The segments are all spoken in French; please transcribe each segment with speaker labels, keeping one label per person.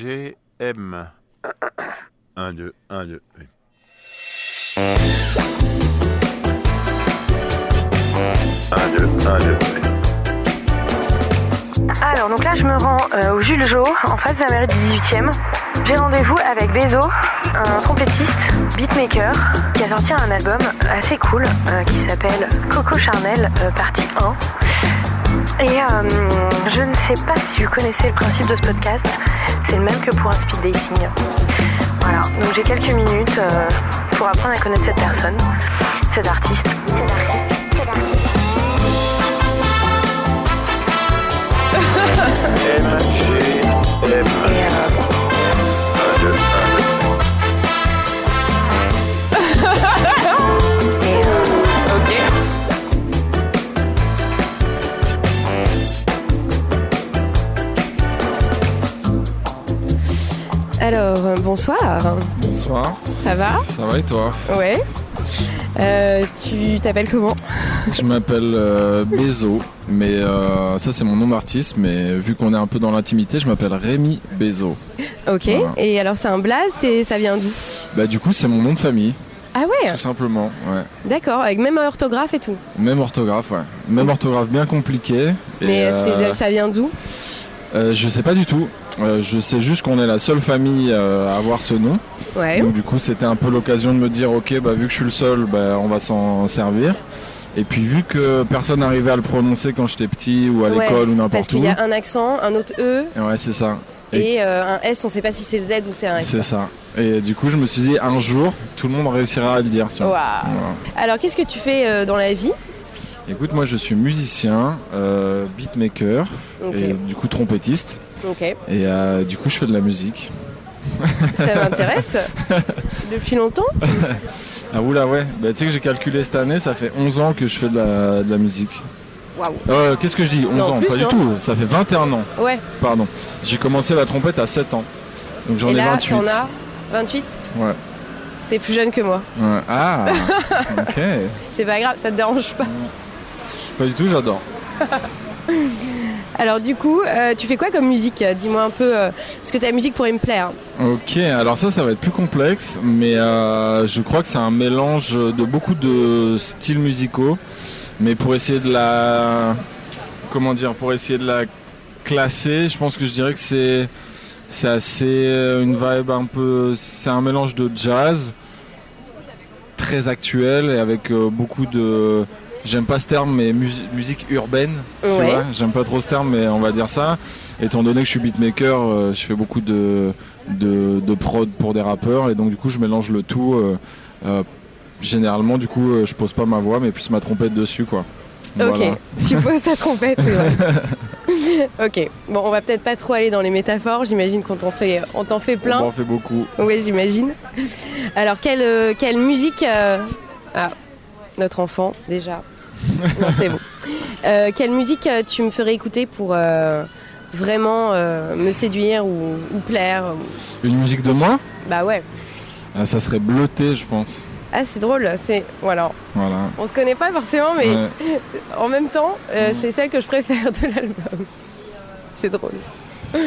Speaker 1: MGM. 1, 2, 1, 2.
Speaker 2: Alors, donc là, je me rends euh, au Jules Jo, en face de la mairie du 18e. J'ai rendez-vous avec Bezo, un trompettiste, beatmaker, qui a sorti un album assez cool euh, qui s'appelle Coco Charnel, euh, partie 1. Et euh, je ne sais pas si vous connaissez le principe de ce podcast, c'est le même que pour un speed dating. Voilà, donc j'ai quelques minutes euh, pour apprendre à connaître cette personne, cet artiste.
Speaker 1: MGM.
Speaker 2: Et, euh, et, euh,
Speaker 3: Ok.
Speaker 4: Alors, euh, bonsoir.
Speaker 5: Bonsoir,
Speaker 4: Ça va
Speaker 5: ça va et toi
Speaker 4: Ouais. Euh, tu t'appelles comment
Speaker 5: Je m'appelle euh, Bezo, mais euh, ça c'est mon nom d'artiste, mais vu qu'on est un peu dans l'intimité, je m'appelle Rémi Bezo.
Speaker 4: Ok.
Speaker 5: Voilà.
Speaker 4: Et alors, c'est un blaze et ça vient d'où
Speaker 5: Bah du coup c'est mon nom de famille,
Speaker 4: Ah ouais
Speaker 5: tout simplement, ouais.
Speaker 4: D'accord, avec même orthographe et tout.
Speaker 5: Même orthographe, ouais. Même orthographe bien compliquée. et,
Speaker 4: Mais
Speaker 5: euh,
Speaker 4: c'est- ça vient d'où
Speaker 5: euh, je sais pas du tout. Euh, je sais juste qu'on est la seule famille euh, à avoir ce nom.
Speaker 4: Ouais.
Speaker 5: Donc du coup c'était un peu l'occasion de me dire ok bah vu que je suis le seul bah, on va s'en servir. Et puis vu que personne n'arrivait à le prononcer quand j'étais petit ou à
Speaker 4: Ouais,
Speaker 5: l'école ou
Speaker 4: Parce
Speaker 5: n'importe où.
Speaker 4: qu'il y a un accent, un autre E
Speaker 5: Ouais c'est ça. Et-
Speaker 4: et euh, un S, on sait pas si c'est le Z ou c'est un S.
Speaker 5: C'est ça. Et du coup, je me suis dit, un jour, tout le monde réussira à le dire. tu vois.
Speaker 4: Waouh.
Speaker 5: Voilà.
Speaker 4: Alors, qu'est-ce que tu fais euh, dans la vie
Speaker 5: Écoute, moi, je suis musicien, euh, beatmaker,
Speaker 4: Ok.
Speaker 5: et du coup, trompettiste.
Speaker 4: Ok.
Speaker 5: Et euh, du coup, je fais de la musique.
Speaker 4: Ça m'intéresse. Depuis longtemps
Speaker 5: Ah, oula, ouais. Bah, tu sais que j'ai calculé cette année, ça fait 11 ans que je fais de la, de la musique.
Speaker 4: Waouh.
Speaker 5: Euh, Qu'est-ce que je dis 11
Speaker 4: Non,
Speaker 5: ans
Speaker 4: plus, hein.
Speaker 5: Pas
Speaker 4: non.
Speaker 5: du tout. Ça fait 21 ans,
Speaker 4: Ouais.
Speaker 5: pardon. J'ai commencé la trompette à 7 ans. Donc, j'en
Speaker 4: et
Speaker 5: ai
Speaker 4: là,
Speaker 5: 28.
Speaker 4: t'en as 28
Speaker 5: Ouais.
Speaker 4: T'es plus jeune que moi.
Speaker 5: Ouais. Ah, ok.
Speaker 4: C'est pas grave, ça te dérange pas.
Speaker 5: Pas du tout, j'adore.
Speaker 4: Alors du coup, euh, tu fais quoi comme musique Dis-moi un peu euh, ce que ta musique pourrait me plaire.
Speaker 5: Ok, alors ça, ça va être plus complexe, mais euh, je crois que c'est un mélange de beaucoup de styles musicaux, mais pour essayer de la, comment dire, pour essayer de la classer, je pense que je dirais que c'est, c'est assez euh, une vibe un peu, c'est un mélange de jazz très actuel et avec euh, beaucoup de, j'aime pas ce terme, mais musi- musique urbaine, tu
Speaker 4: Ouais.
Speaker 5: vois, j'aime pas trop ce terme, mais on va dire ça. Étant donné que je suis beatmaker, euh, je fais beaucoup de de, de prod pour des rappeurs et donc du coup je mélange le tout. euh, euh, généralement du coup euh, je pose pas ma voix mais plus ma trompette dessus quoi. Voilà.
Speaker 4: Ok, tu poses ta trompette. ouais. ok, bon, on va peut-être pas trop aller dans les métaphores. J'imagine qu'on t'en fait, on t'en fait
Speaker 5: On
Speaker 4: plein.
Speaker 5: en fait beaucoup.
Speaker 4: Ouais, j'imagine. Alors quelle, euh, quelle musique euh, Ah, notre enfant déjà. Non, c'est bon. Euh, quelle musique euh, tu me ferais écouter pour euh, vraiment euh, me séduire ou, ou plaire ou-
Speaker 5: Une musique de moi
Speaker 4: Bah ouais.
Speaker 5: Ah, Ça serait bleuté je pense.
Speaker 4: Ah, c'est drôle. C'est, ou alors,
Speaker 5: Voilà.
Speaker 4: on se connaît pas forcément, mais.
Speaker 5: Ouais.
Speaker 4: En même temps, euh,
Speaker 5: Mhm.
Speaker 4: c'est celle que je préfère de l'album. C'est drôle. ok.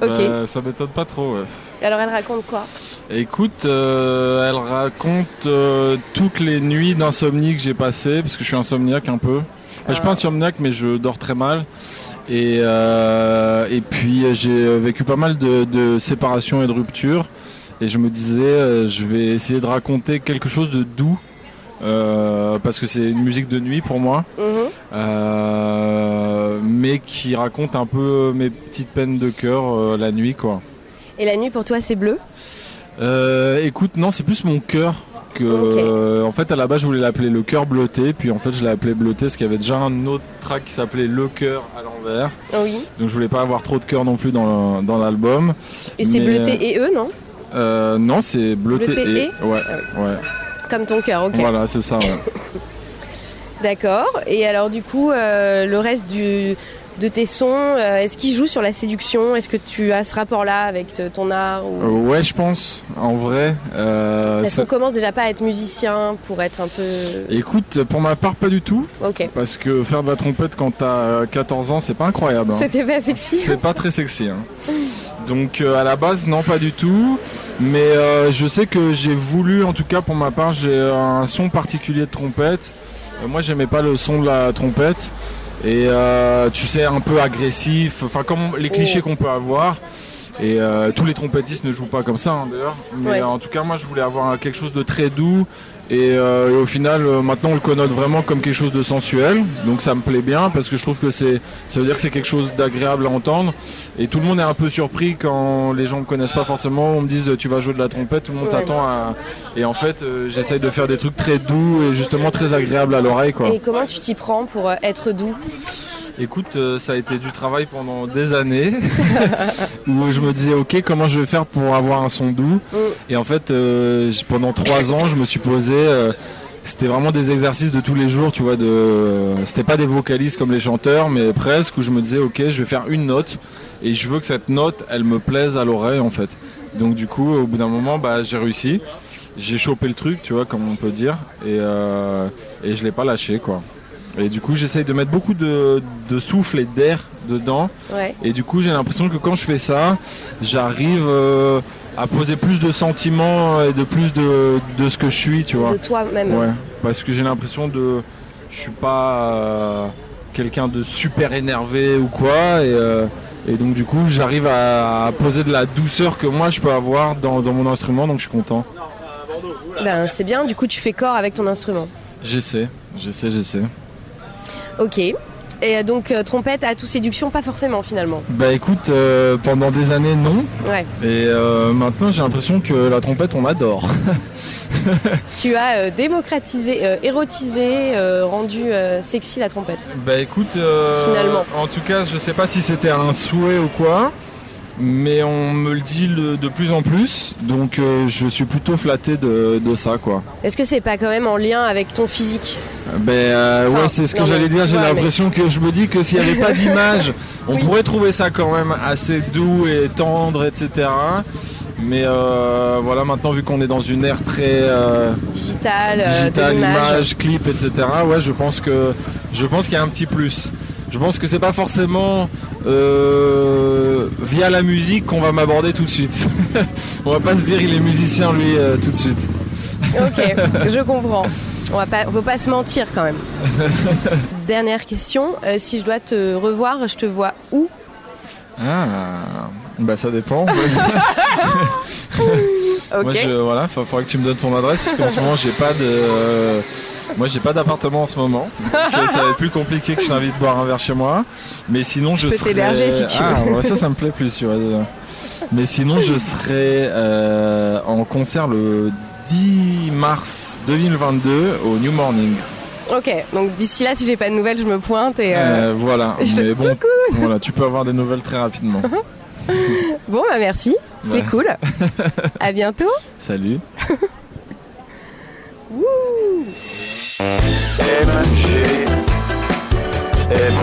Speaker 5: Bah, ça m'étonne pas trop. ouais.
Speaker 4: Alors elle raconte quoi
Speaker 5: Écoute, euh, elle raconte euh, toutes les nuits d'insomnie que j'ai passées, parce que je suis insomniaque un peu. Enfin, Je suis pas
Speaker 4: Ah.
Speaker 5: insomniaque, mais je dors très mal. Et, euh, et puis euh, j'ai vécu pas mal de, de séparations et de ruptures. Et je me disais, euh, je vais essayer de raconter quelque chose de doux, euh, parce que c'est une musique de nuit pour moi,
Speaker 4: Mhm.
Speaker 5: euh, mais qui raconte un peu mes petites peines de cœur euh, la nuit, quoi.
Speaker 4: Et la nuit pour toi c'est bleu
Speaker 5: Euh, écoute, non, c'est plus mon cœur que.
Speaker 4: Ok.
Speaker 5: euh, en fait, à la base, je voulais l'appeler le cœur bleuté, puis en fait, je l'ai appelé bleuté parce qu'il y avait déjà un autre track qui s'appelait Le cœur à l'envers.
Speaker 4: Oui.
Speaker 5: Donc, je voulais pas avoir trop de cœur non plus dans le- dans l'album.
Speaker 4: Et c'est
Speaker 5: Mais-
Speaker 4: bleuté et eux, non
Speaker 5: Euh, non, c'est bleuté,
Speaker 4: Bleuté
Speaker 5: et. Ouais,
Speaker 4: Ah
Speaker 5: ouais.
Speaker 4: Comme ton cœur, ok.
Speaker 5: Voilà, c'est ça. ouais.
Speaker 4: D'accord. Et alors du coup, euh, le reste du, de tes sons, euh, est-ce qu'ils jouent sur la séduction Est-ce que tu as ce rapport-là avec te- ton art
Speaker 5: Euh,
Speaker 4: ou...
Speaker 5: ouais, je pense. En vrai. Euh,
Speaker 4: Est-ce
Speaker 5: ça-
Speaker 4: qu'on commence déjà pas à être musicien pour être un peu...
Speaker 5: Écoute, pour ma part, pas du tout,
Speaker 4: Ok.
Speaker 5: parce que faire de euh, la trompette quand t'as 14 ans, c'est pas incroyable. hein.
Speaker 4: C'était pas sexy
Speaker 5: C'est pas très sexy. hein. Donc euh, à la base, non, pas du tout. Mais euh, je sais que j'ai voulu, en tout cas pour ma part, j'ai un son particulier de trompette. Euh, moi, j'aimais pas le son de la trompette. Et euh, tu sais, un peu agressif, enfin comme
Speaker 4: Oh.
Speaker 5: les clichés qu'on peut avoir. Et euh, tous les trompettistes ne jouent pas comme ça hein, d'ailleurs. Mais
Speaker 4: Ouais.
Speaker 5: euh, en tout cas, moi, je voulais avoir quelque chose de très doux. Et, euh, et au final, euh, maintenant, on le connote vraiment comme quelque chose de sensuel. Donc ça me plaît bien parce que je trouve que c'est, ça veut dire que c'est quelque chose d'agréable à entendre. Et tout le monde est un peu surpris quand les gens me connaissent pas forcément. On me dit tu vas jouer de la trompette. Tout le monde s'attend à. Et en fait, euh, j'essaye de faire des trucs très doux et justement très agréables à l'oreille, quoi.
Speaker 4: Et comment tu t'y prends pour euh, être doux
Speaker 5: Écoute, euh, ça a été du travail pendant des années où je me disais ok comment je vais faire pour avoir un son doux
Speaker 4: Mm.
Speaker 5: et en fait euh, j- pendant trois ans je me suis posé euh, c'était vraiment des exercices de tous les jours tu vois de c'était pas des vocalistes comme les chanteurs mais presque où je me disais ok je vais faire une note et je veux que cette note elle me plaise à l'oreille en fait donc du coup au bout d'un moment bah j'ai réussi j'ai chopé le truc tu vois comme on peut dire et euh, et je l'ai pas lâché quoi et du coup j'essaye de mettre beaucoup de, de souffle et d'air dedans
Speaker 4: Ouais.
Speaker 5: et du coup, j'ai l'impression que quand je fais ça, j'arrive euh, à poser plus de sentiments et de plus de, de ce que je suis, tu vois.
Speaker 4: De toi-même.
Speaker 5: Ouais, parce que j'ai l'impression de. Je suis pas euh, quelqu'un de super énervé ou quoi. Et, euh, et donc, du coup, j'arrive à, à poser de la douceur que moi je peux avoir dans, dans mon instrument, donc je suis content.
Speaker 4: Ben, c'est bien, du coup tu fais corps avec ton instrument.
Speaker 5: J'essaie, j'essaie, j'essaie.
Speaker 4: Ok. Et donc euh, trompette à tout séduction, pas forcément finalement.
Speaker 5: Bah écoute, euh, pendant des années, non.
Speaker 4: Ouais.
Speaker 5: Et euh, maintenant, j'ai l'impression que la trompette, on adore.
Speaker 4: Tu as euh, démocratisé, euh, érotisé, euh, rendu euh, sexy la trompette.
Speaker 5: Bah écoute, euh,
Speaker 4: Finalement.
Speaker 5: en tout cas, je sais pas si c'était un souhait ou quoi, mais on me le dit le- de plus en plus, donc euh, je suis plutôt flatté de, de ça, quoi.
Speaker 4: Est-ce que c'est pas quand même en lien avec ton physique
Speaker 5: Euh, Ben euh,
Speaker 4: Enfin,
Speaker 5: ouais, c'est ce que
Speaker 4: non, mais
Speaker 5: j'allais dire.
Speaker 4: tu
Speaker 5: J'ai
Speaker 4: vois, mais-
Speaker 5: l'impression que je me dis que s'il n'y avait pas d'image, on
Speaker 4: Oui.
Speaker 5: pourrait trouver ça quand même assez doux et tendre, etc. Mais euh, voilà, maintenant vu qu'on est dans une ère très euh,
Speaker 4: digital, euh,
Speaker 5: digital,
Speaker 4: de l'image
Speaker 5: image, clip, etc. Ouais, je pense que je pense qu'il y a un petit plus. Je pense que c'est pas forcément euh, via la musique qu'on va m'aborder tout de suite. On va pas se dire il est musicien lui euh, tout de suite.
Speaker 4: Ok, je comprends. On va pas, faut pas se mentir quand même. Dernière question, euh, si je dois te revoir, je te vois où
Speaker 5: Ah, bah ça dépend.
Speaker 4: Ok.
Speaker 5: Moi, je, voilà, fa- faudrait que tu me donnes ton adresse parce qu'en ce moment j'ai pas de, euh, moi j'ai pas d'appartement en ce moment. Donc, euh, ça va être plus compliqué que je t'invite boire un verre chez moi. Mais sinon je,
Speaker 4: peux
Speaker 5: serais.
Speaker 4: t'héberger si tu
Speaker 5: Ah,
Speaker 4: veux.
Speaker 5: ouais, ça, ça me plaît plus. tu vois, déjà. Mais sinon je serai euh, en concert le 10 mars 2022 au New Morning.
Speaker 4: Ok, donc d'ici là, si j'ai pas de nouvelles, je me pointe et. euh,
Speaker 5: Euh, voilà.
Speaker 4: je- Uh-huh.
Speaker 5: Mais bon, voilà, tu peux avoir des nouvelles très rapidement.
Speaker 4: Bon, bah merci, c'est
Speaker 5: Ouais.
Speaker 4: cool. à bientôt.
Speaker 5: Salut.
Speaker 1: MG. M.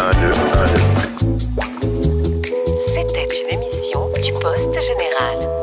Speaker 1: 1, 2, 1, 2.
Speaker 3: C'était une émission du Poste Général.